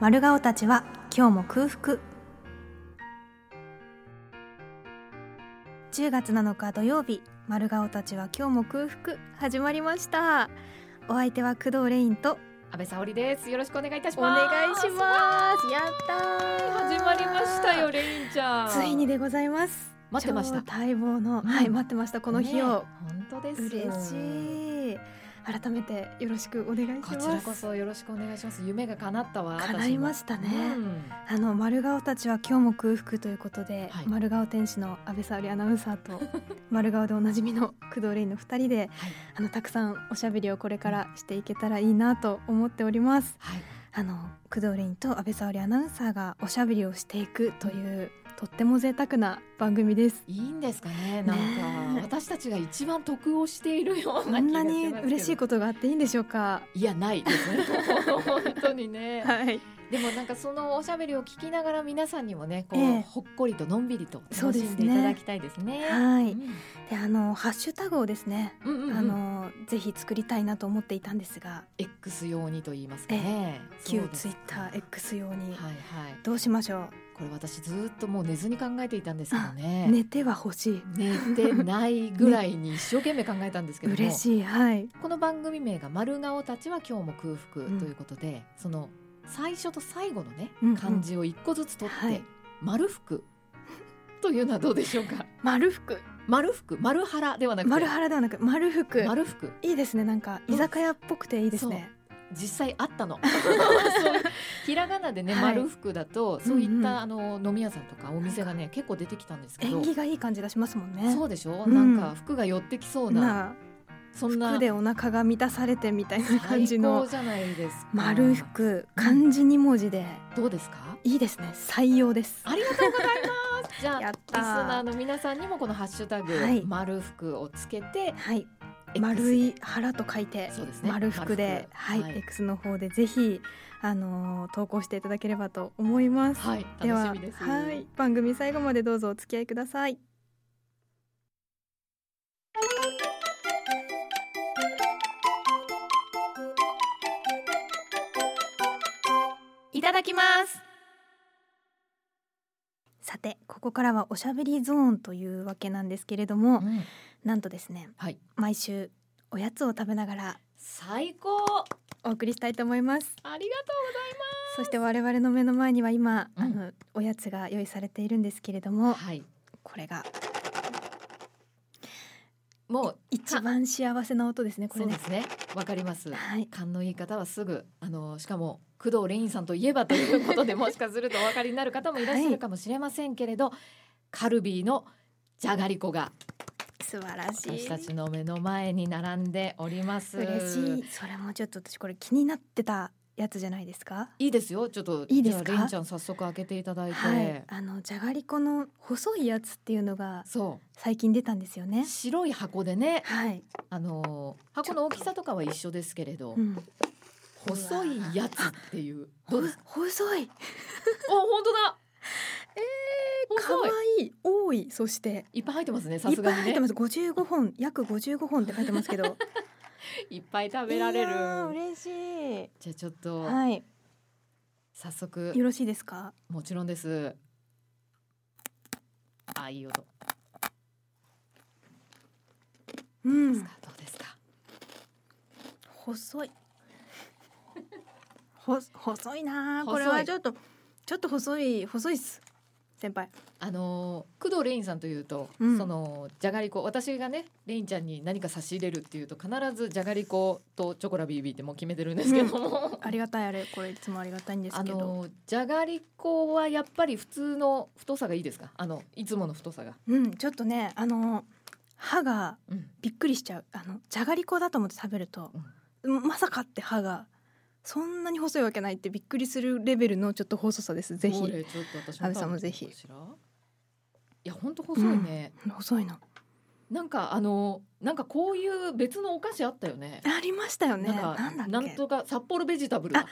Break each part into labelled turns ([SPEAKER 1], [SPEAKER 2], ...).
[SPEAKER 1] 丸顔たちは今日も空腹10月7日土曜日丸顔たちは今日も空腹始まりましたお相手は工藤レインと
[SPEAKER 2] 安倍沙織です。よろしくお願いいたし
[SPEAKER 1] お
[SPEAKER 2] ます。
[SPEAKER 1] 願いしますやったー
[SPEAKER 2] 始まりましたよ、レインちゃん。
[SPEAKER 1] ついにでございます
[SPEAKER 2] 待ってました
[SPEAKER 1] 超待望の、
[SPEAKER 2] うん
[SPEAKER 1] はい待ってましたこの日を、
[SPEAKER 2] ね本当です。
[SPEAKER 1] 嬉
[SPEAKER 2] い。
[SPEAKER 1] しい改めてよろしくお願いします
[SPEAKER 2] こちらこそよろしくお願いします。夢が叶ったわ。
[SPEAKER 1] 叶いま
[SPEAKER 2] し
[SPEAKER 1] したね、
[SPEAKER 2] うん
[SPEAKER 1] あの丸顔たちは今日も空腹ということで、
[SPEAKER 2] はい
[SPEAKER 1] 丸顔天使の安倍沙織アナウンサー と丸顔でおなじみの工藤レイの二人で
[SPEAKER 2] はい。
[SPEAKER 1] あのたくさんおしゃべりをこれからしていけたらいいなと思っております
[SPEAKER 2] はい。
[SPEAKER 1] あの工藤レイと安倍沙織アナウンサーがおしゃべりをしていくというとっても贅沢な番組です
[SPEAKER 2] いいんですかね。なんか、
[SPEAKER 1] ねえ
[SPEAKER 2] 私たちが一番得をしているよう
[SPEAKER 1] こ
[SPEAKER 2] な気がしますけど。
[SPEAKER 1] んなに嬉しいことがあっていいんでしょうか
[SPEAKER 2] いやないですね。本当にね。
[SPEAKER 1] はい
[SPEAKER 2] でもなんかそのおしゃべりを聞きながら皆さんにもね、こう、
[SPEAKER 1] ええ
[SPEAKER 2] ほっこりとのんびりと
[SPEAKER 1] そう
[SPEAKER 2] 楽
[SPEAKER 1] で
[SPEAKER 2] し
[SPEAKER 1] すね
[SPEAKER 2] んでいただきたいですね。
[SPEAKER 1] はい
[SPEAKER 2] うん
[SPEAKER 1] であのハッシュタグをですね、
[SPEAKER 2] うんうんうん
[SPEAKER 1] あのぜひ作りたいなと思っていたんですが
[SPEAKER 2] X 用にと言いますかね。
[SPEAKER 1] 旧
[SPEAKER 2] そうで
[SPEAKER 1] ツ
[SPEAKER 2] す
[SPEAKER 1] イッター X 用に
[SPEAKER 2] はいはい。
[SPEAKER 1] どうしましょ
[SPEAKER 2] これ私ずーっともう寝ずに考えていたんですけど
[SPEAKER 1] う、
[SPEAKER 2] ね。
[SPEAKER 1] 寝ては欲しい
[SPEAKER 2] 寝てないぐらいに一生懸命考えたんですけども。
[SPEAKER 1] 嬉しいはい
[SPEAKER 2] この番組名が丸顔たちは今日も空腹ということで、その最初と最後のね、
[SPEAKER 1] うんうん
[SPEAKER 2] 漢字を一個ずつ取って、
[SPEAKER 1] はい
[SPEAKER 2] 丸福というのはどうでしょう か。
[SPEAKER 1] 丸服
[SPEAKER 2] 丸福丸腹ではなくて
[SPEAKER 1] 丸原ではなく丸服
[SPEAKER 2] 丸福
[SPEAKER 1] いいですねなんか
[SPEAKER 2] うん
[SPEAKER 1] 居酒屋っぽくていいですね
[SPEAKER 2] 実際あっ たのそうひらがなでね、
[SPEAKER 1] はい
[SPEAKER 2] 丸福だとそういった、
[SPEAKER 1] うんうん
[SPEAKER 2] あの飲み屋さんとかお店がね結構出てきたんですけど
[SPEAKER 1] 縁起がいい感じがしますもんね
[SPEAKER 2] そうでしょ、
[SPEAKER 1] うん
[SPEAKER 2] なんか服が寄ってきそうな、
[SPEAKER 1] な
[SPEAKER 2] そんな
[SPEAKER 1] 服でお腹が満たされてみたいな感
[SPEAKER 2] 最
[SPEAKER 1] じ
[SPEAKER 2] 高
[SPEAKER 1] の
[SPEAKER 2] じゃないですか
[SPEAKER 1] 丸服漢字二文字で
[SPEAKER 2] どうですか
[SPEAKER 1] いいですね採用です
[SPEAKER 2] ありがとうございます。じゃあ
[SPEAKER 1] や
[SPEAKER 2] リ
[SPEAKER 1] っ
[SPEAKER 2] ス
[SPEAKER 1] たー
[SPEAKER 2] ナーの皆さんにもこのハッシュタグ、
[SPEAKER 1] はい
[SPEAKER 2] 丸服をつけて、
[SPEAKER 1] はい
[SPEAKER 2] X
[SPEAKER 1] 丸い腹と書いて
[SPEAKER 2] そうですね。
[SPEAKER 1] 丸服で
[SPEAKER 2] 丸
[SPEAKER 1] は
[SPEAKER 2] 福
[SPEAKER 1] い X の方でぜひあのー投稿していただければと思います
[SPEAKER 2] はい、はい、
[SPEAKER 1] では
[SPEAKER 2] 楽しみです。
[SPEAKER 1] はい番組最後までどうぞお付き合いください
[SPEAKER 2] いただきます。
[SPEAKER 1] さてここからはおしゃべりゾーンというわけなんですけれども、
[SPEAKER 2] うん
[SPEAKER 1] なんとですね
[SPEAKER 2] はい、
[SPEAKER 1] 毎週おやつを食べながら
[SPEAKER 2] 最高。
[SPEAKER 1] お送りしたいと思います
[SPEAKER 2] ありがと
[SPEAKER 1] そして我々の目の前には今、
[SPEAKER 2] うん
[SPEAKER 1] あのおやつが用意されているんですけれど
[SPEAKER 2] うご
[SPEAKER 1] も
[SPEAKER 2] ざいます。はい、
[SPEAKER 1] これが
[SPEAKER 2] もう
[SPEAKER 1] 一番幸せな音ですねこ
[SPEAKER 2] そ
[SPEAKER 1] れ
[SPEAKER 2] うで
[SPEAKER 1] ね
[SPEAKER 2] すね。わかります。
[SPEAKER 1] はい
[SPEAKER 2] 勘のいい方はすぐあのしかも工藤レインさんといえばということでもしかするとお分かりになる方もいらっしゃるかもしれませんけれど、カルビーのじゃがりこが
[SPEAKER 1] 素晴らし
[SPEAKER 2] 私
[SPEAKER 1] い
[SPEAKER 2] たちの目の前に並んでおります。
[SPEAKER 1] 嬉しいそれもちょっと私これ気になってたやつじゃないですか
[SPEAKER 2] いいですよ。ちょっと
[SPEAKER 1] いいですか
[SPEAKER 2] じゃあレインちゃん早速開けていただいて、
[SPEAKER 1] はいあのじゃがりこの細いやつっていうのが
[SPEAKER 2] そ
[SPEAKER 1] 最近出たんですよ
[SPEAKER 2] う
[SPEAKER 1] ね
[SPEAKER 2] 白い箱でね、
[SPEAKER 1] はい、
[SPEAKER 2] あのー箱の大きさとかは一緒ですけれど
[SPEAKER 1] う、ん、
[SPEAKER 2] 細いやつっていうどうですか？
[SPEAKER 1] ほ細い
[SPEAKER 2] あ本当だ。え
[SPEAKER 1] 可
[SPEAKER 2] 細い。
[SPEAKER 1] 愛い多いそして
[SPEAKER 2] いっぱい入ってますね。さ
[SPEAKER 1] いっ
[SPEAKER 2] す
[SPEAKER 1] ぱ
[SPEAKER 2] が
[SPEAKER 1] い
[SPEAKER 2] に
[SPEAKER 1] 入って
[SPEAKER 2] ね
[SPEAKER 1] ま。す55本約55本って書いてますけど
[SPEAKER 2] いっぱい 食べられる
[SPEAKER 1] い。やー嬉しい
[SPEAKER 2] じゃあちょっと
[SPEAKER 1] はい
[SPEAKER 2] 早速
[SPEAKER 1] よろしいですか
[SPEAKER 2] もちろんです。あいい音。
[SPEAKER 1] うん
[SPEAKER 2] どうですかどうですか。
[SPEAKER 1] 細い ほ細いなー
[SPEAKER 2] 細
[SPEAKER 1] こ
[SPEAKER 2] い
[SPEAKER 1] れはちょっとちょっと細い細いっす先輩
[SPEAKER 2] あのー工藤レインさんというと、
[SPEAKER 1] うん
[SPEAKER 2] そのじゃがりこ私がねレインちゃんに何か差し入れるっていうと必ずじゃがりことチョコラビービーってもう決めてるんですけども、
[SPEAKER 1] ありがたいあれこれいつもありがたいんです
[SPEAKER 2] あ
[SPEAKER 1] けど、
[SPEAKER 2] のーじゃがりこはやっぱり普通の太さがいいですかあのいつもの太さが。
[SPEAKER 1] うんちょっとねあの歯が
[SPEAKER 2] うん、
[SPEAKER 1] びっくりしちゃうあのじゃがりこだと思って食べると、まさかって歯がそんなに細いわけないってびっくりするレベルのちょっと細さですぜひ
[SPEAKER 2] これちょっと私
[SPEAKER 1] 安倍さんもぜひ
[SPEAKER 2] 食べてみようかしらいや本当細いね、
[SPEAKER 1] 細いの
[SPEAKER 2] なんかあのーなんかこういう別のお菓子あったよね。
[SPEAKER 1] ありましたよね
[SPEAKER 2] な
[SPEAKER 1] なんん
[SPEAKER 2] か
[SPEAKER 1] だっけ
[SPEAKER 2] なんとか札幌ベジタブルだ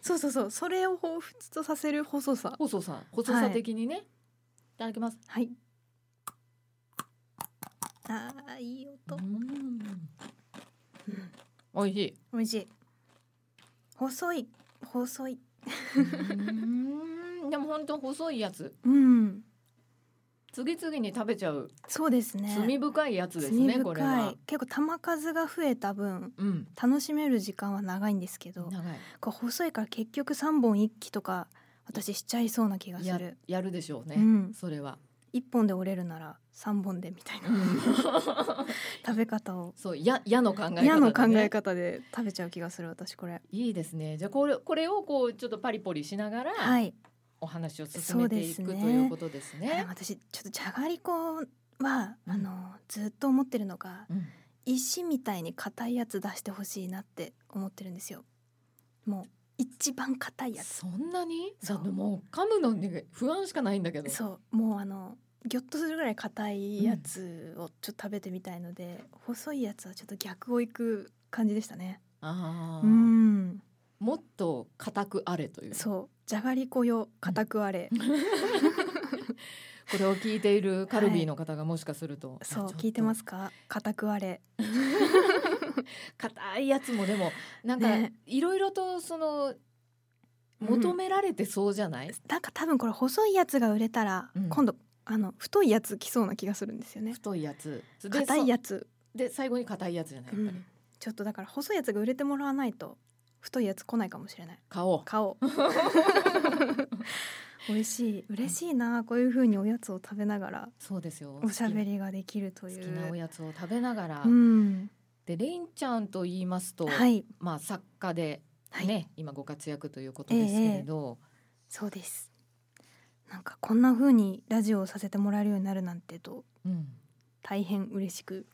[SPEAKER 1] そうそうそうそれを彷彿とさせる細さ
[SPEAKER 2] 細さ細さ的にね、い、ただきます。
[SPEAKER 1] はいあーいい音、
[SPEAKER 2] うん
[SPEAKER 1] うん、
[SPEAKER 2] 美味しい。
[SPEAKER 1] 美味しい細い細い
[SPEAKER 2] うんでも本当細いやつ
[SPEAKER 1] うん
[SPEAKER 2] 次々に食べちゃう
[SPEAKER 1] そうですね
[SPEAKER 2] 罪深いやつですね
[SPEAKER 1] 罪
[SPEAKER 2] これは。
[SPEAKER 1] 結構玉数が増えた分
[SPEAKER 2] うん
[SPEAKER 1] 楽しめる時間は長いんですけど
[SPEAKER 2] 長い
[SPEAKER 1] こう細いから結局3本一気とか私しちゃいそうな気がす
[SPEAKER 2] や
[SPEAKER 1] る、
[SPEAKER 2] やるでしょうね、
[SPEAKER 1] うん、
[SPEAKER 2] それは、
[SPEAKER 1] 1本で折れるなら3本でみたいな食べ方を
[SPEAKER 2] そうややの考え方、ね、
[SPEAKER 1] 嫌の考え方で食べちゃう気がする私これ
[SPEAKER 2] いいですねじゃあこれこれをこうちょっとパリポリしながら
[SPEAKER 1] はい
[SPEAKER 2] お話を進めていく、
[SPEAKER 1] そうですね
[SPEAKER 2] ということです
[SPEAKER 1] あで
[SPEAKER 2] ね
[SPEAKER 1] も。私ちょっとじゃがりこは、あ
[SPEAKER 2] うん
[SPEAKER 1] のずっと思ってるのが
[SPEAKER 2] うん
[SPEAKER 1] 石みたいに硬いやつ出してほしいなって思ってるんですよもう一番硬いやつ
[SPEAKER 2] そんなに
[SPEAKER 1] そう
[SPEAKER 2] だってもう噛むのに不安しかないんだけど
[SPEAKER 1] そうもうあのギョッとするぐらい硬いやつをちょっと食べてみたいので、細いやつはちょっと逆をいく感じでしたね
[SPEAKER 2] あー
[SPEAKER 1] うん
[SPEAKER 2] もっと固くあれという
[SPEAKER 1] そうじゃがりこよ固くあれ、
[SPEAKER 2] これを聞いているカルビーの方がもしかすると、
[SPEAKER 1] そう
[SPEAKER 2] あちょっと
[SPEAKER 1] 聞いてますか固くあれ
[SPEAKER 2] 硬いやつもでもなんか
[SPEAKER 1] ね
[SPEAKER 2] いろいろとその
[SPEAKER 1] うん
[SPEAKER 2] 求められてそうじゃない、
[SPEAKER 1] なんか多分これ細いやつが売れたら、
[SPEAKER 2] うん
[SPEAKER 1] 今度あの太いやつ来そうな気がするんですよね
[SPEAKER 2] 太いやつで
[SPEAKER 1] 硬いやつ、
[SPEAKER 2] そで最後に硬いやつじゃないや
[SPEAKER 1] う
[SPEAKER 2] っ
[SPEAKER 1] ん
[SPEAKER 2] ぱり、
[SPEAKER 1] ちょっとだから細いやつが売れてもらわないと太いやつ来ないかもしれない
[SPEAKER 2] 顔
[SPEAKER 1] 買 おう嬉しい嬉しいなこういう風におやつを食べながら
[SPEAKER 2] そうですよ
[SPEAKER 1] おしゃべりができると
[SPEAKER 2] 好
[SPEAKER 1] い
[SPEAKER 2] き
[SPEAKER 1] う
[SPEAKER 2] 好きなおやつを食べながら、
[SPEAKER 1] うん
[SPEAKER 2] でレインちゃんと言いますと、
[SPEAKER 1] はい
[SPEAKER 2] まあ作家で
[SPEAKER 1] はい、
[SPEAKER 2] ね、今ご活躍ということですけれど、
[SPEAKER 1] そうですなんかこんな風にラジオをさせてもらえるようになるなんてと
[SPEAKER 2] うん、
[SPEAKER 1] 大変嬉しく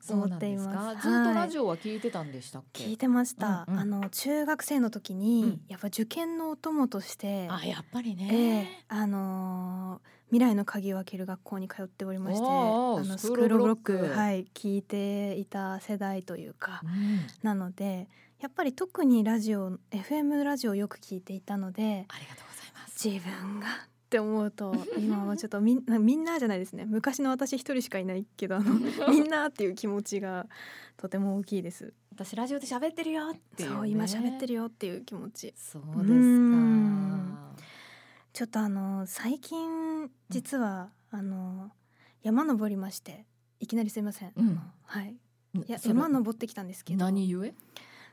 [SPEAKER 2] そうなんです
[SPEAKER 1] 思ってい
[SPEAKER 2] か
[SPEAKER 1] ます
[SPEAKER 2] ずっとラジオは聞いてたんでしたっけ、
[SPEAKER 1] 聞いてました、
[SPEAKER 2] うんうん
[SPEAKER 1] あの中学生の時に、
[SPEAKER 2] うん
[SPEAKER 1] やっぱ受験のお供として、
[SPEAKER 2] あやっぱりね、
[SPEAKER 1] ええあのー未来の鍵を開ける学校に通っておりまして
[SPEAKER 2] おーおー
[SPEAKER 1] あのス
[SPEAKER 2] スク
[SPEAKER 1] ク
[SPEAKER 2] ー
[SPEAKER 1] ー
[SPEAKER 2] ル
[SPEAKER 1] ル
[SPEAKER 2] ブ
[SPEAKER 1] ブロ
[SPEAKER 2] ロッ
[SPEAKER 1] ッ
[SPEAKER 2] ク
[SPEAKER 1] クはい聞いていた世代というか、
[SPEAKER 2] うん
[SPEAKER 1] なのでやっぱり特にラジオ FM ラジオをよく聞いていたので
[SPEAKER 2] ありがとうございます。
[SPEAKER 1] 自分がって思うと今はちょっとみんなみんなじゃないですね昔の私一人しかいないけどあ のみんなっていう気持ちがとても大きいです。
[SPEAKER 2] 私ラジオで喋ってるよっていう、ね。
[SPEAKER 1] そう今喋って
[SPEAKER 2] る。
[SPEAKER 1] るよっていう気持ち
[SPEAKER 2] そう
[SPEAKER 1] う
[SPEAKER 2] で
[SPEAKER 1] ー
[SPEAKER 2] す
[SPEAKER 1] ん
[SPEAKER 2] か。
[SPEAKER 1] ちょっとあの最近実は、あの山登りましていきなりすいません、
[SPEAKER 2] うん
[SPEAKER 1] あのはいいや
[SPEAKER 2] それ
[SPEAKER 1] 山登ってきたんですけど
[SPEAKER 2] 何故？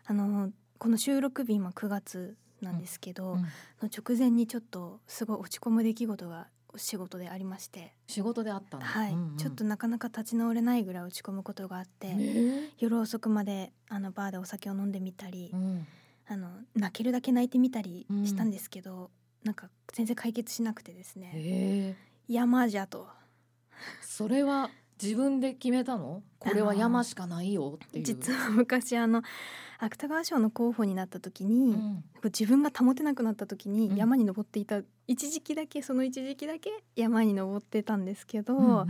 [SPEAKER 1] あのこの収録日今9月なんですけど、
[SPEAKER 2] うん
[SPEAKER 1] の直前にちょっとすごい落ち込む出来事が仕事でありまして、
[SPEAKER 2] 仕事であったの。
[SPEAKER 1] はい、
[SPEAKER 2] うんうん
[SPEAKER 1] ちょっと。なかなか立ち直れないぐらい落ち込むことがあって、
[SPEAKER 2] ね
[SPEAKER 1] 夜遅くまであのバーでお酒を飲んでみたり、
[SPEAKER 2] うん
[SPEAKER 1] あの泣けるだけ泣いてみたりしたんですけど、なんか全然解決しなくてですね
[SPEAKER 2] へえ
[SPEAKER 1] 山じゃと
[SPEAKER 2] それは自分で決めたの？これは山しかないよっていう。
[SPEAKER 1] 実は昔あの芥川賞の候補になった時
[SPEAKER 2] う
[SPEAKER 1] に、こ
[SPEAKER 2] ん
[SPEAKER 1] う自分が保てなくなった時
[SPEAKER 2] うん
[SPEAKER 1] に山に登っていた、一時期だけその一時期だけ山に登ってたんですけど、
[SPEAKER 2] うんうん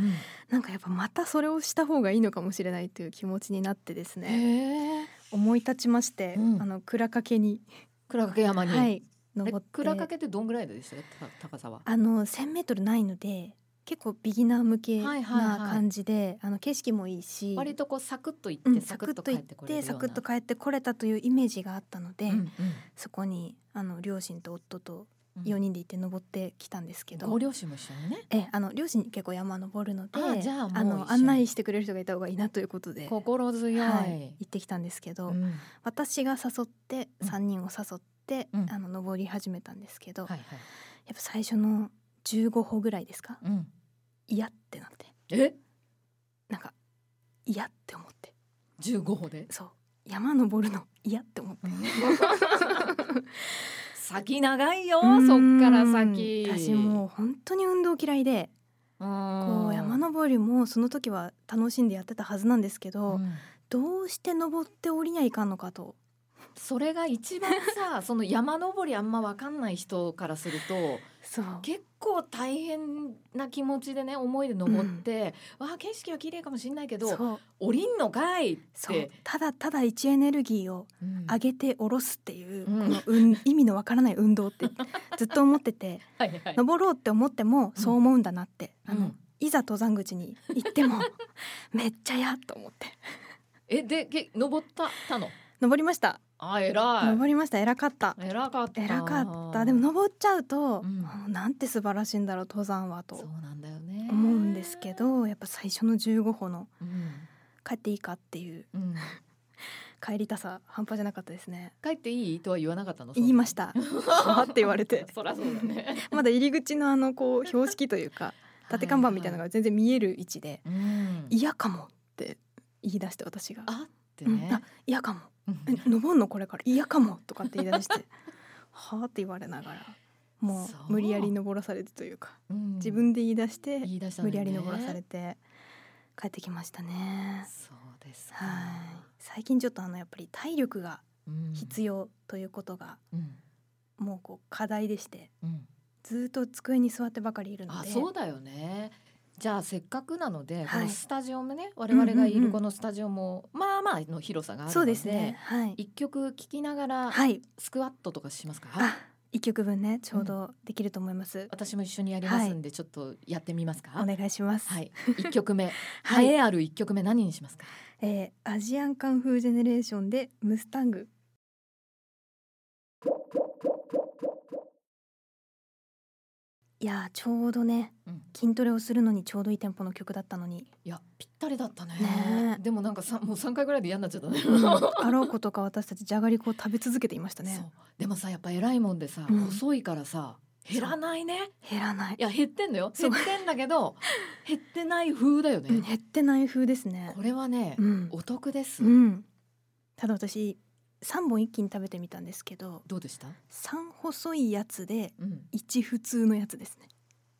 [SPEAKER 1] なんかやっぱまたそれをした方がいいのかもしれないという気持ちになってですね
[SPEAKER 2] へえ。
[SPEAKER 1] 思い立ちまして、
[SPEAKER 2] うん
[SPEAKER 1] あの倉掛に、
[SPEAKER 2] 倉掛山に。
[SPEAKER 1] は
[SPEAKER 2] え
[SPEAKER 1] い、登って
[SPEAKER 2] 倉掛ってどんぐらいでした？た高さは。
[SPEAKER 1] あの1,000メートルないので結構ビギナー向け
[SPEAKER 2] はい
[SPEAKER 1] な
[SPEAKER 2] はいはい
[SPEAKER 1] 感じで、あの景色もいいし
[SPEAKER 2] 割とこうサクッと行
[SPEAKER 1] う
[SPEAKER 2] っ
[SPEAKER 1] ん
[SPEAKER 2] てサ
[SPEAKER 1] サ
[SPEAKER 2] ク
[SPEAKER 1] ク
[SPEAKER 2] ッ
[SPEAKER 1] ッ
[SPEAKER 2] と
[SPEAKER 1] と
[SPEAKER 2] 帰
[SPEAKER 1] 行
[SPEAKER 2] っ
[SPEAKER 1] って
[SPEAKER 2] これ
[SPEAKER 1] て
[SPEAKER 2] るよ
[SPEAKER 1] サ
[SPEAKER 2] う
[SPEAKER 1] ク
[SPEAKER 2] な
[SPEAKER 1] ッと帰ってこれたというイメージがあったので、
[SPEAKER 2] うんうん
[SPEAKER 1] そこにあの両親と夫と
[SPEAKER 2] うん
[SPEAKER 1] 4人で行って登ってきたんですけど、
[SPEAKER 2] ご両親も一緒にね。
[SPEAKER 1] ええあの両親結構山登るので
[SPEAKER 2] あじゃあもう一緒に
[SPEAKER 1] の案内してくれる人がいた方がいいなということで、
[SPEAKER 2] 心強い。
[SPEAKER 1] はい、行ってきたんですけど、
[SPEAKER 2] うん
[SPEAKER 1] 私が誘って
[SPEAKER 2] うん
[SPEAKER 1] 3人を誘って、
[SPEAKER 2] うん
[SPEAKER 1] あの登り始めたんですけど、
[SPEAKER 2] はいは
[SPEAKER 1] や
[SPEAKER 2] い。
[SPEAKER 1] っぱ最初の15歩ぐらいですか
[SPEAKER 2] うん。
[SPEAKER 1] 嫌ってなって
[SPEAKER 2] え
[SPEAKER 1] なんか嫌って思って
[SPEAKER 2] 十五歩で
[SPEAKER 1] そう山登るの 嫌って思って。
[SPEAKER 2] 先長いよ
[SPEAKER 1] う
[SPEAKER 2] そ
[SPEAKER 1] ん
[SPEAKER 2] っから先
[SPEAKER 1] 私もう本当に運動嫌いでこ
[SPEAKER 2] こ
[SPEAKER 1] う山登りもその時は楽しんでやってたはずなんですけど、どうして登って降りにゃいかんのかと
[SPEAKER 2] それが一番さその山登りあんま分かんない人からすると
[SPEAKER 1] そう
[SPEAKER 2] 結構大変な気持ちでね思いで登って、わあ景色は綺麗かもしれないけど
[SPEAKER 1] そう
[SPEAKER 2] 降りんのかいっ
[SPEAKER 1] そう
[SPEAKER 2] て、
[SPEAKER 1] ただただ位置エネルギーを
[SPEAKER 2] うん
[SPEAKER 1] 上げて下ろすっていう、
[SPEAKER 2] うん
[SPEAKER 1] この運意味のわからない運動ってずっと思ってて
[SPEAKER 2] はいはい
[SPEAKER 1] 登ろうって思ってもそう思うんだなって、あ
[SPEAKER 2] う
[SPEAKER 1] の
[SPEAKER 2] ん
[SPEAKER 1] いざ登山口に 行ってもめっちゃやと思って
[SPEAKER 2] えでけ登ったたの
[SPEAKER 1] 登りました
[SPEAKER 2] あ偉
[SPEAKER 1] 登りました偉かった
[SPEAKER 2] い偉かった
[SPEAKER 1] 偉かったでも登っちゃうと、
[SPEAKER 2] うん
[SPEAKER 1] あなんて素晴らしいんだろう登山は
[SPEAKER 2] そう
[SPEAKER 1] と
[SPEAKER 2] なんだよね
[SPEAKER 1] 思うんですけどやっぱ最初の15歩の
[SPEAKER 2] うん
[SPEAKER 1] 帰っていいかっていう
[SPEAKER 2] うん
[SPEAKER 1] 帰りたさ半端じゃなかったですね
[SPEAKER 2] 帰っていいとは言わなかったの
[SPEAKER 1] 言いました たはあって言われて
[SPEAKER 2] そりゃそうだね
[SPEAKER 1] まだ入り口のあのこう標識という か縦看板みたいなの
[SPEAKER 2] が、
[SPEAKER 1] が全然見える位置で
[SPEAKER 2] う
[SPEAKER 1] 「
[SPEAKER 2] ん
[SPEAKER 1] 嫌かも」って言い出して私が
[SPEAKER 2] あって
[SPEAKER 1] うん
[SPEAKER 2] ね
[SPEAKER 1] あ、嫌かも
[SPEAKER 2] うん
[SPEAKER 1] え登んのこれから嫌かも」とかって言い出して 「はあ」って言われながらも
[SPEAKER 2] そう
[SPEAKER 1] う無理やり登らされてというか
[SPEAKER 2] うん
[SPEAKER 1] 自分で言い出して
[SPEAKER 2] 言い出したの
[SPEAKER 1] 無
[SPEAKER 2] に
[SPEAKER 1] 理
[SPEAKER 2] ね
[SPEAKER 1] やり登らされて帰ってきましたね。
[SPEAKER 2] そうですか
[SPEAKER 1] はい最近ちょっとあのやっぱり体力が
[SPEAKER 2] うん
[SPEAKER 1] 必要ということが
[SPEAKER 2] うん
[SPEAKER 1] もうこう課題でして
[SPEAKER 2] うん
[SPEAKER 1] ずーっと机に座ってばかりいるの
[SPEAKER 2] あ
[SPEAKER 1] で
[SPEAKER 2] そうだよねじゃあせっかくなので、
[SPEAKER 1] はい
[SPEAKER 2] このスタジオもね我々がい
[SPEAKER 1] うんうんう
[SPEAKER 2] る
[SPEAKER 1] ん
[SPEAKER 2] このスタジオも、まあまあの広さがあるので
[SPEAKER 1] そうですねはい
[SPEAKER 2] 一曲聴きながら
[SPEAKER 1] はい
[SPEAKER 2] スクワットとかしますか、
[SPEAKER 1] あ一曲分ねちょうどできると思います、
[SPEAKER 2] 私も一緒にやりますんで、ちょっとやってみますか
[SPEAKER 1] お願いします
[SPEAKER 2] はい一 曲目
[SPEAKER 1] はい
[SPEAKER 2] 栄えある一曲目何にしますか
[SPEAKER 1] えー、アジアンカンフージェネレーションでムスタングいやーちょうどね
[SPEAKER 2] うん
[SPEAKER 1] 筋トレをするのにちょうどいいテンポの曲だったの に
[SPEAKER 2] いやぴったりだったね
[SPEAKER 1] ねえ
[SPEAKER 2] でもなんかさもう三回ぐらいで嫌になっちゃったね
[SPEAKER 1] あろうことか私たちじゃがりこを食べ続けていました
[SPEAKER 2] そう
[SPEAKER 1] ね
[SPEAKER 2] でもさやっぱ偉いもんでさ、
[SPEAKER 1] うん
[SPEAKER 2] 細いからさ減らないね
[SPEAKER 1] 減らない
[SPEAKER 2] いや減ってんのよ
[SPEAKER 1] そ
[SPEAKER 2] 減
[SPEAKER 1] う
[SPEAKER 2] ってんだけ ど減ってない風だよ
[SPEAKER 1] うん
[SPEAKER 2] ね、
[SPEAKER 1] 減ってない風ですね
[SPEAKER 2] これはね、
[SPEAKER 1] うん、
[SPEAKER 2] お得です、
[SPEAKER 1] うん、ただ私3本一気に食べてみたんですけど
[SPEAKER 2] どうでした、
[SPEAKER 1] 3細いやつで
[SPEAKER 2] うん、
[SPEAKER 1] 1普通のやつですね、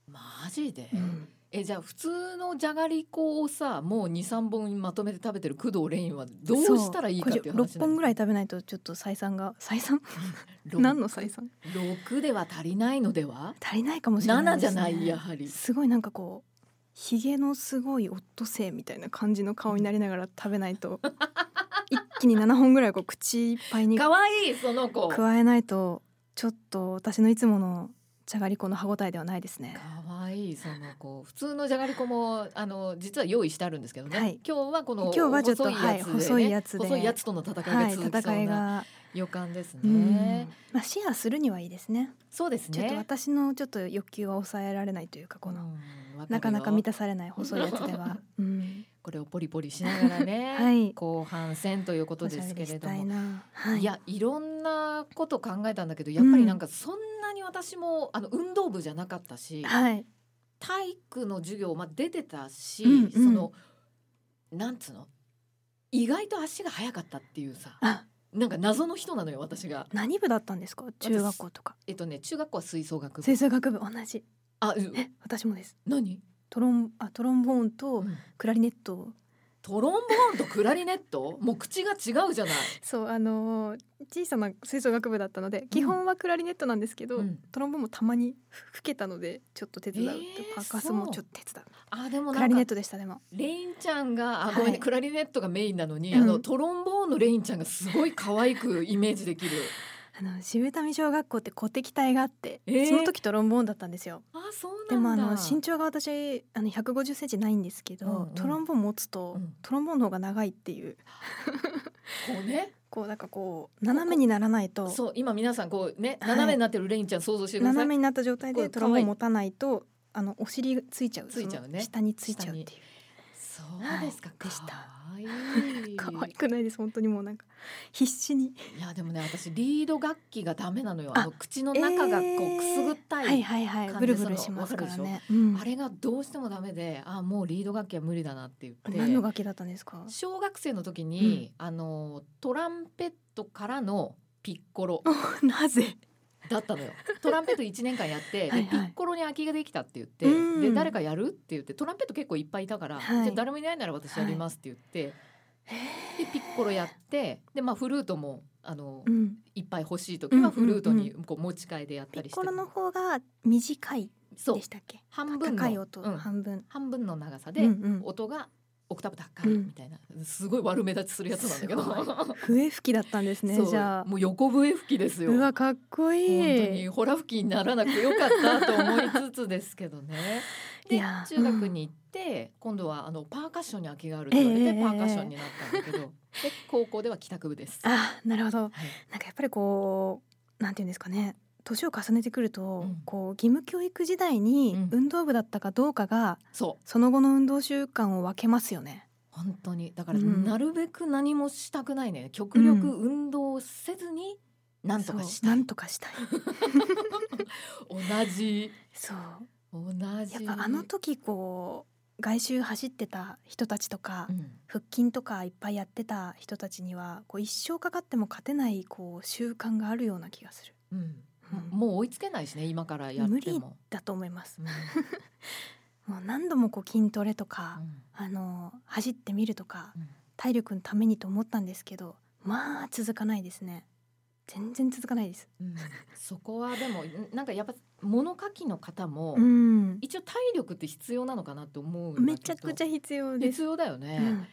[SPEAKER 2] マジで、
[SPEAKER 1] うん
[SPEAKER 2] えじゃあ普通のじゃがりこをさもう二三本まとめて食べてる工藤レインはどうしたらいいかっていう話
[SPEAKER 1] 6本ぐらい
[SPEAKER 2] い
[SPEAKER 1] 食べないとちょっと採算が採算何
[SPEAKER 2] 六
[SPEAKER 1] の採算
[SPEAKER 2] 六では足りないのでは
[SPEAKER 1] 足りないかもしれない
[SPEAKER 2] 七
[SPEAKER 1] で
[SPEAKER 2] じゃ
[SPEAKER 1] す、ね、
[SPEAKER 2] ないやはり
[SPEAKER 1] すごいなんかこうひげのすごいオットセイみたいな感じの顔になりながら食べないと 一気に7本ぐらいこう口いっぱいに
[SPEAKER 2] 可愛いその子
[SPEAKER 1] 加えないとちょっと私のいつものじゃがりこの歯ごたえではないですね
[SPEAKER 2] 可愛いその子普通のじゃがりこもあの実は用意してあるんですけどね、
[SPEAKER 1] はい
[SPEAKER 2] 今日はこの
[SPEAKER 1] 今日はちょっと
[SPEAKER 2] 細いやつで、
[SPEAKER 1] は
[SPEAKER 2] ね
[SPEAKER 1] い細いやつで
[SPEAKER 2] 細いやつとの戦い
[SPEAKER 1] は
[SPEAKER 2] が
[SPEAKER 1] い
[SPEAKER 2] 続きそ
[SPEAKER 1] 戦
[SPEAKER 2] う
[SPEAKER 1] い
[SPEAKER 2] な
[SPEAKER 1] が、
[SPEAKER 2] 予感ですね、
[SPEAKER 1] うんまあシェアするにはいいですね
[SPEAKER 2] そうですね
[SPEAKER 1] ちょっと私のちょっと欲求は抑えられないというかこの、
[SPEAKER 2] うんわるよ
[SPEAKER 1] なかなか満たされない細いやつで は、うん、
[SPEAKER 2] これをポリポリしながらね、
[SPEAKER 1] はい
[SPEAKER 2] 後半戦ということですけ
[SPEAKER 1] おしゃべり
[SPEAKER 2] れ
[SPEAKER 1] し
[SPEAKER 2] ど
[SPEAKER 1] たい
[SPEAKER 2] も。
[SPEAKER 1] な、はい、
[SPEAKER 2] いやいろんなこと考えたんだけどやっぱりなんかそんなに私も、あの運動部じゃなかったし
[SPEAKER 1] はい
[SPEAKER 2] 体育の授業、まあ、出てたし、
[SPEAKER 1] うんうん
[SPEAKER 2] そのなんつうの意外と足が速かったっていうさ
[SPEAKER 1] あ
[SPEAKER 2] なんか謎の人なのよ私が。
[SPEAKER 1] 何部だったんですか中学校とか
[SPEAKER 2] えっとね中学校は吹奏楽部
[SPEAKER 1] 吹奏楽部同じ
[SPEAKER 2] あう
[SPEAKER 1] え私もです
[SPEAKER 2] 何、
[SPEAKER 1] トロンあトロンボーンとクラリネットを
[SPEAKER 2] トロンボーンとクラリネットもう口が違うじゃない。
[SPEAKER 1] そうあのー小さな吹奏楽部だったので基本はクラリネットなんですけど、
[SPEAKER 2] うん
[SPEAKER 1] トロンボーンもたまに吹けたのでちょっと手伝うって、
[SPEAKER 2] えー
[SPEAKER 1] パーカスもちょっと手伝う
[SPEAKER 2] あでも
[SPEAKER 1] ク
[SPEAKER 2] な
[SPEAKER 1] ラ
[SPEAKER 2] ん
[SPEAKER 1] リネ
[SPEAKER 2] か
[SPEAKER 1] ットでしたでも
[SPEAKER 2] レインちゃんがあごめんね、
[SPEAKER 1] はい
[SPEAKER 2] クラリネットがメインなのに、
[SPEAKER 1] うん
[SPEAKER 2] あのトロンボーンのレインちゃんがすごい可愛くイメージできる
[SPEAKER 1] あの渋谷小学校って古敵隊があって、
[SPEAKER 2] えー
[SPEAKER 1] その時トロンボーンだったんですよ
[SPEAKER 2] あそうなんだ
[SPEAKER 1] で もあの身長が私あの150センチないんですけど、
[SPEAKER 2] うんうん
[SPEAKER 1] トロンボーン持つと、
[SPEAKER 2] うん
[SPEAKER 1] トロンボーンの方が長いっていう
[SPEAKER 2] こうね
[SPEAKER 1] こうなんかこう斜めにならないと
[SPEAKER 2] そう今皆さんこうね
[SPEAKER 1] はい
[SPEAKER 2] 斜めになってるレインちゃん想像してください、
[SPEAKER 1] 斜めになった状態
[SPEAKER 2] こ
[SPEAKER 1] で
[SPEAKER 2] う
[SPEAKER 1] トロンボー
[SPEAKER 2] 可愛い
[SPEAKER 1] ン持たないとあのお尻ついちゃう
[SPEAKER 2] ついちゃうね
[SPEAKER 1] その下についちゃうっていう
[SPEAKER 2] そうですか、
[SPEAKER 1] はいでした
[SPEAKER 2] 可愛い
[SPEAKER 1] 可愛くないです本当にもうなんか必死に
[SPEAKER 2] いやでもね私リード楽器がダメなのよ
[SPEAKER 1] あ
[SPEAKER 2] あの口の中がこ
[SPEAKER 1] え
[SPEAKER 2] う
[SPEAKER 1] ー
[SPEAKER 2] くすぐったい、
[SPEAKER 1] はいはいはい
[SPEAKER 2] 感
[SPEAKER 1] ブ
[SPEAKER 2] じ
[SPEAKER 1] ル
[SPEAKER 2] で
[SPEAKER 1] ブル
[SPEAKER 2] そ
[SPEAKER 1] し
[SPEAKER 2] の
[SPEAKER 1] ますからね、
[SPEAKER 2] あれがどうしてもダメであもうリード楽器は無理だなって言って
[SPEAKER 1] 何の楽器だったんです か
[SPEAKER 2] 小学生の時に、あのトランペットからのピッコロ
[SPEAKER 1] なぜ
[SPEAKER 2] だったのよトランペット1年間やってで
[SPEAKER 1] はいはい
[SPEAKER 2] ピッコロに空きができたって言って
[SPEAKER 1] うん
[SPEAKER 2] で誰かやるって言ってトランペット結構いっぱいいたから、
[SPEAKER 1] はい
[SPEAKER 2] じゃあ誰もいないなら私やりますって言って、でピッコロやってで、まあ、フルートもあの、
[SPEAKER 1] うん
[SPEAKER 2] いっぱい欲しい時はフルートに
[SPEAKER 1] う
[SPEAKER 2] こう持ち替えでやった
[SPEAKER 1] ピ
[SPEAKER 2] り
[SPEAKER 1] ッ
[SPEAKER 2] して
[SPEAKER 1] コロの方が短い
[SPEAKER 2] そう
[SPEAKER 1] でしたっけ
[SPEAKER 2] 半分の
[SPEAKER 1] 高い音、
[SPEAKER 2] うん
[SPEAKER 1] 半分
[SPEAKER 2] 半分の長さ
[SPEAKER 1] う
[SPEAKER 2] で
[SPEAKER 1] ん
[SPEAKER 2] 音がオクターブ高いみたいな、すごい悪目立ちするやつなんだけど。
[SPEAKER 1] すうん、笛吹きだったんですね
[SPEAKER 2] そう
[SPEAKER 1] じゃあ
[SPEAKER 2] もう横笛吹きですよ
[SPEAKER 1] うわかっこ
[SPEAKER 2] 本当
[SPEAKER 1] い
[SPEAKER 2] に
[SPEAKER 1] い
[SPEAKER 2] ホラ吹きにならなくてよかったと思いつつですけどねで
[SPEAKER 1] いや
[SPEAKER 2] 中学に行っって今度はあのパーカッションに空きがあるって言われ
[SPEAKER 1] ええ
[SPEAKER 2] て
[SPEAKER 1] ええ
[SPEAKER 2] パーカッションになったんだけど、で高校では帰宅部です。
[SPEAKER 1] あなるほど
[SPEAKER 2] はい
[SPEAKER 1] なんかやっぱりこうなんていうんですかね年を重ねてくると、
[SPEAKER 2] ん
[SPEAKER 1] こう義務教育時代に
[SPEAKER 2] うん
[SPEAKER 1] 運動部だったかどうかが、
[SPEAKER 2] そう
[SPEAKER 1] その後の運動習慣を分けますよね。
[SPEAKER 2] 本当にだから
[SPEAKER 1] うん
[SPEAKER 2] なるべく何もしたくないね、極力運動をせずになんとかし
[SPEAKER 1] そう
[SPEAKER 2] た
[SPEAKER 1] ないんとかした い。
[SPEAKER 2] 同じ
[SPEAKER 1] そう
[SPEAKER 2] 同じ
[SPEAKER 1] やっぱあの時こう外周走ってた人たちとか、
[SPEAKER 2] うん
[SPEAKER 1] 腹筋とかいっぱいやってた人たちにはこう一生かかっても勝てないこう習慣があるような気がする
[SPEAKER 2] うん
[SPEAKER 1] うん
[SPEAKER 2] もう追いつけないしね今からやっても。
[SPEAKER 1] だと思います
[SPEAKER 2] うん
[SPEAKER 1] もう何度もこう筋トレとか
[SPEAKER 2] う、
[SPEAKER 1] あの走ってみるとか
[SPEAKER 2] んうん
[SPEAKER 1] 体力のためにと思ったんですけどまあ続かないですね全然続かないです
[SPEAKER 2] うんそこはでもんなんかやっぱ物書きの方も、
[SPEAKER 1] うん
[SPEAKER 2] 一応体力って必要なのかなって思うんだけど
[SPEAKER 1] めちゃくちゃ必要です
[SPEAKER 2] 必要だよ
[SPEAKER 1] う
[SPEAKER 2] ね、
[SPEAKER 1] ん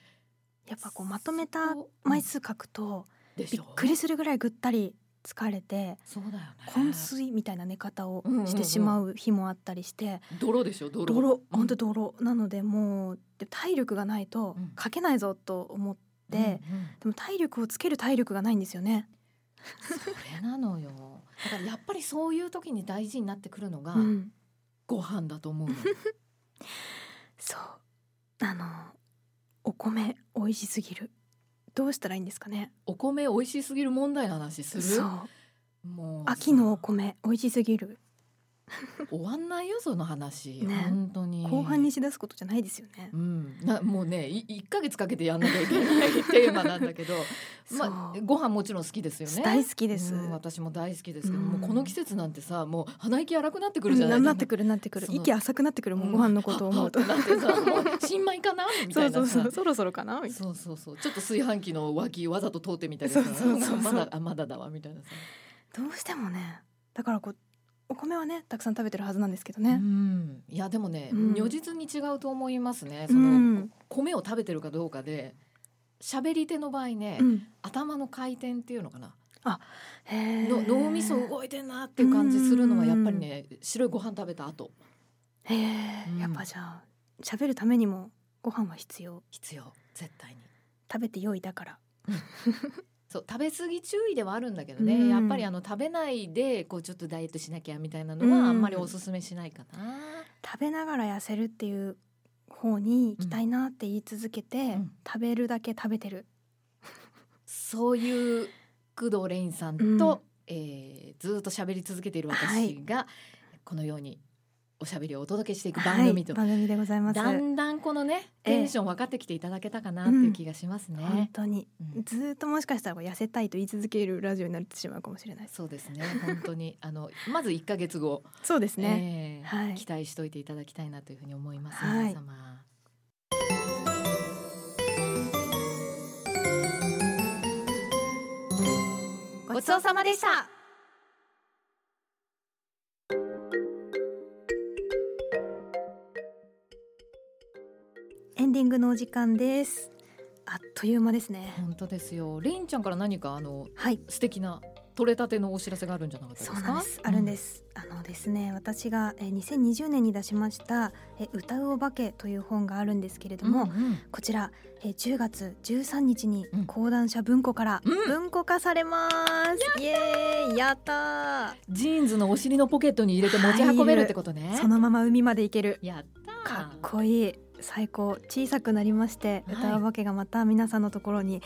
[SPEAKER 1] やっぱこうまとめた枚数書くと
[SPEAKER 2] で
[SPEAKER 1] び
[SPEAKER 2] し
[SPEAKER 1] っ
[SPEAKER 2] ょ
[SPEAKER 1] くりするぐらいぐったり疲れて
[SPEAKER 2] そうだよね
[SPEAKER 1] 昏睡みたいな寝方をしてしまう日もあったりして
[SPEAKER 2] 泥でしょ泥
[SPEAKER 1] 泥
[SPEAKER 2] うん
[SPEAKER 1] 本当泥なのでもうで体力がないと
[SPEAKER 2] うん
[SPEAKER 1] 書けないぞと思って、
[SPEAKER 2] うんうん
[SPEAKER 1] でも体力をつける体力がないんですよね。
[SPEAKER 2] それなのよだからやっぱりそういう時に大事になってくるのが、
[SPEAKER 1] うん、
[SPEAKER 2] ご飯だと思うの
[SPEAKER 1] そうあのお米美味しすぎるどうしたらいいんですかね。
[SPEAKER 2] お米美味しすぎる問題の話する
[SPEAKER 1] そう
[SPEAKER 2] もうさ
[SPEAKER 1] 秋のお米美味しすぎる
[SPEAKER 2] 終わんないよその話、
[SPEAKER 1] ね
[SPEAKER 2] 本当に
[SPEAKER 1] 後半にしだすことじゃないですよね
[SPEAKER 2] う。ん、なもうねい一ヶ月かけてやんなきゃいけないテーマなんだけど、まあ
[SPEAKER 1] そう
[SPEAKER 2] ご飯もちろん好きですよね。
[SPEAKER 1] 大好きです。
[SPEAKER 2] うん私も大好きですけど、
[SPEAKER 1] うん
[SPEAKER 2] もうこの季節なんてさ、もう鼻息荒くなってく
[SPEAKER 1] う
[SPEAKER 2] るじゃない。
[SPEAKER 1] んなってくるなってくる
[SPEAKER 2] その
[SPEAKER 1] 息浅くなってくるもうご飯のことを思う と。
[SPEAKER 2] はっはっってなってさ、もう新米かなみた
[SPEAKER 1] そ
[SPEAKER 2] いう
[SPEAKER 1] そ
[SPEAKER 2] な
[SPEAKER 1] う
[SPEAKER 2] さ
[SPEAKER 1] そ。うそろそろかなみたいな
[SPEAKER 2] そうそうそうちょっと炊飯器の脇わざと通ってみたりさ
[SPEAKER 1] そうそうそうそう
[SPEAKER 2] まだあまだだわみたいなさ、
[SPEAKER 1] どうしてもねだからこうお米はねたくさん食べてるはずなんですけどね
[SPEAKER 2] う。んいやでもね、
[SPEAKER 1] うん
[SPEAKER 2] 如実に違うと思いますね
[SPEAKER 1] う
[SPEAKER 2] その、
[SPEAKER 1] ん
[SPEAKER 2] 米を食べてるかどうかで喋り手の場合ね、
[SPEAKER 1] うん
[SPEAKER 2] 頭の回転っていうのかな
[SPEAKER 1] へ
[SPEAKER 2] の
[SPEAKER 1] ー
[SPEAKER 2] 脳みそ動いてんなっていう感じするのはやっぱりね白いご飯食べた後
[SPEAKER 1] へえ、
[SPEAKER 2] うん
[SPEAKER 1] やっぱじゃあ喋るためにもご飯は必要
[SPEAKER 2] 必要絶対に
[SPEAKER 1] 食べて良いだから
[SPEAKER 2] そう食べ過ぎ注意ではあるんだけどね、
[SPEAKER 1] うん
[SPEAKER 2] やっぱりあの食べないでこうちょっとダイエットしなきゃみたいなの
[SPEAKER 1] うん
[SPEAKER 2] はあんまりおすすめしないかな、
[SPEAKER 1] 食べながら痩せるっていう方に行きたいなって言い続けて、
[SPEAKER 2] うん
[SPEAKER 1] 食べるだけ食べてる
[SPEAKER 2] そういう工藤レインさんと、えーずっと喋り続けている私が、このようにおしゃべりをお届けしていく番組と、
[SPEAKER 1] はい、番組でございます
[SPEAKER 2] だんだんこのね
[SPEAKER 1] ええ
[SPEAKER 2] テンション分かってきていただけたかなっていう気がしますね。
[SPEAKER 1] 本当に
[SPEAKER 2] うん
[SPEAKER 1] ずーっともしかしたらこう痩せたいと言い続けるラジオになってしまうかもしれない
[SPEAKER 2] そうですね本当に あのまず1ヶ月後、
[SPEAKER 1] そうですね、
[SPEAKER 2] えー
[SPEAKER 1] はい
[SPEAKER 2] 期待しておいていただきたいなというふうに思います、
[SPEAKER 1] はい
[SPEAKER 2] 皆様ごちそうさまでした
[SPEAKER 1] エンディングのお時間ですあっという間ですね、
[SPEAKER 2] 本当ですよレインちゃんから何かあの
[SPEAKER 1] はい
[SPEAKER 2] 素敵な取れたてのお知らせがあるんじゃなかったです
[SPEAKER 1] そ
[SPEAKER 2] か、
[SPEAKER 1] うなんです。あるんですす。あのですね、私がえー2020年に出しましたえー歌うお化けという本があるんですけれど
[SPEAKER 2] うん
[SPEAKER 1] も、
[SPEAKER 2] うん
[SPEAKER 1] こちらえー10月13日に
[SPEAKER 2] うん
[SPEAKER 1] 講談社文庫から
[SPEAKER 2] うん
[SPEAKER 1] 文庫化されます。イエーイ、やった
[SPEAKER 2] ジーンズのお尻のポケットに入れて持ち運べるってことね
[SPEAKER 1] ー。そのまま海まで行ける。
[SPEAKER 2] やったー
[SPEAKER 1] かっこいい。最高小さくなりまして、
[SPEAKER 2] はい
[SPEAKER 1] 歌うお化けがまた皆さんのところに
[SPEAKER 2] うん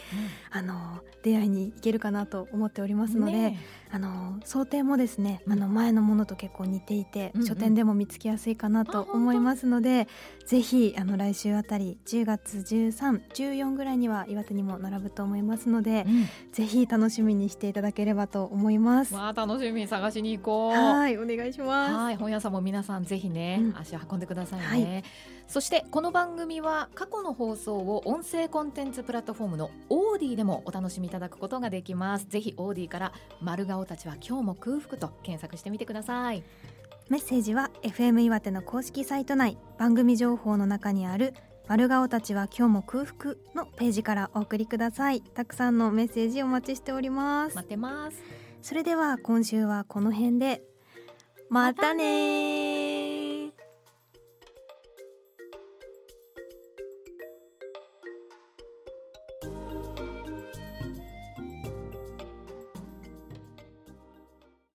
[SPEAKER 1] あの出会いに行けるかなと思っておりますので、
[SPEAKER 2] ね
[SPEAKER 1] あの想定もですね、
[SPEAKER 2] うん
[SPEAKER 1] あの前のものと結構似ていて、
[SPEAKER 2] うんうん
[SPEAKER 1] 書店でも見つけやすいかなと
[SPEAKER 2] あ
[SPEAKER 1] 思いますので、ぜひあの来週あたり10月13、14ぐらいには岩手にも並ぶと思いますので
[SPEAKER 2] え、うん
[SPEAKER 1] ぜひ楽しみにしていただければと思います。は
[SPEAKER 2] わあ楽しみ探しに行こう
[SPEAKER 1] い、お願いしま
[SPEAKER 2] はい本屋さんも皆さんぜひね、
[SPEAKER 1] うん
[SPEAKER 2] 足を運んでくださいね、
[SPEAKER 1] はい
[SPEAKER 2] そしてこの番組は過去の放送を音声コンテンツプラットフォームのオーディでもお楽しみいただくことができますぜひオーディから丸顔たちは今日も空腹と検索してみてください
[SPEAKER 1] す。メッセージは FM 岩手の公式サイト内番組情報の中にある丸顔たちは今日も空腹のページからお送りください。たくさんのメッセージお待ちしております。
[SPEAKER 2] 待ってます
[SPEAKER 1] それでは今週はこの辺でまたねー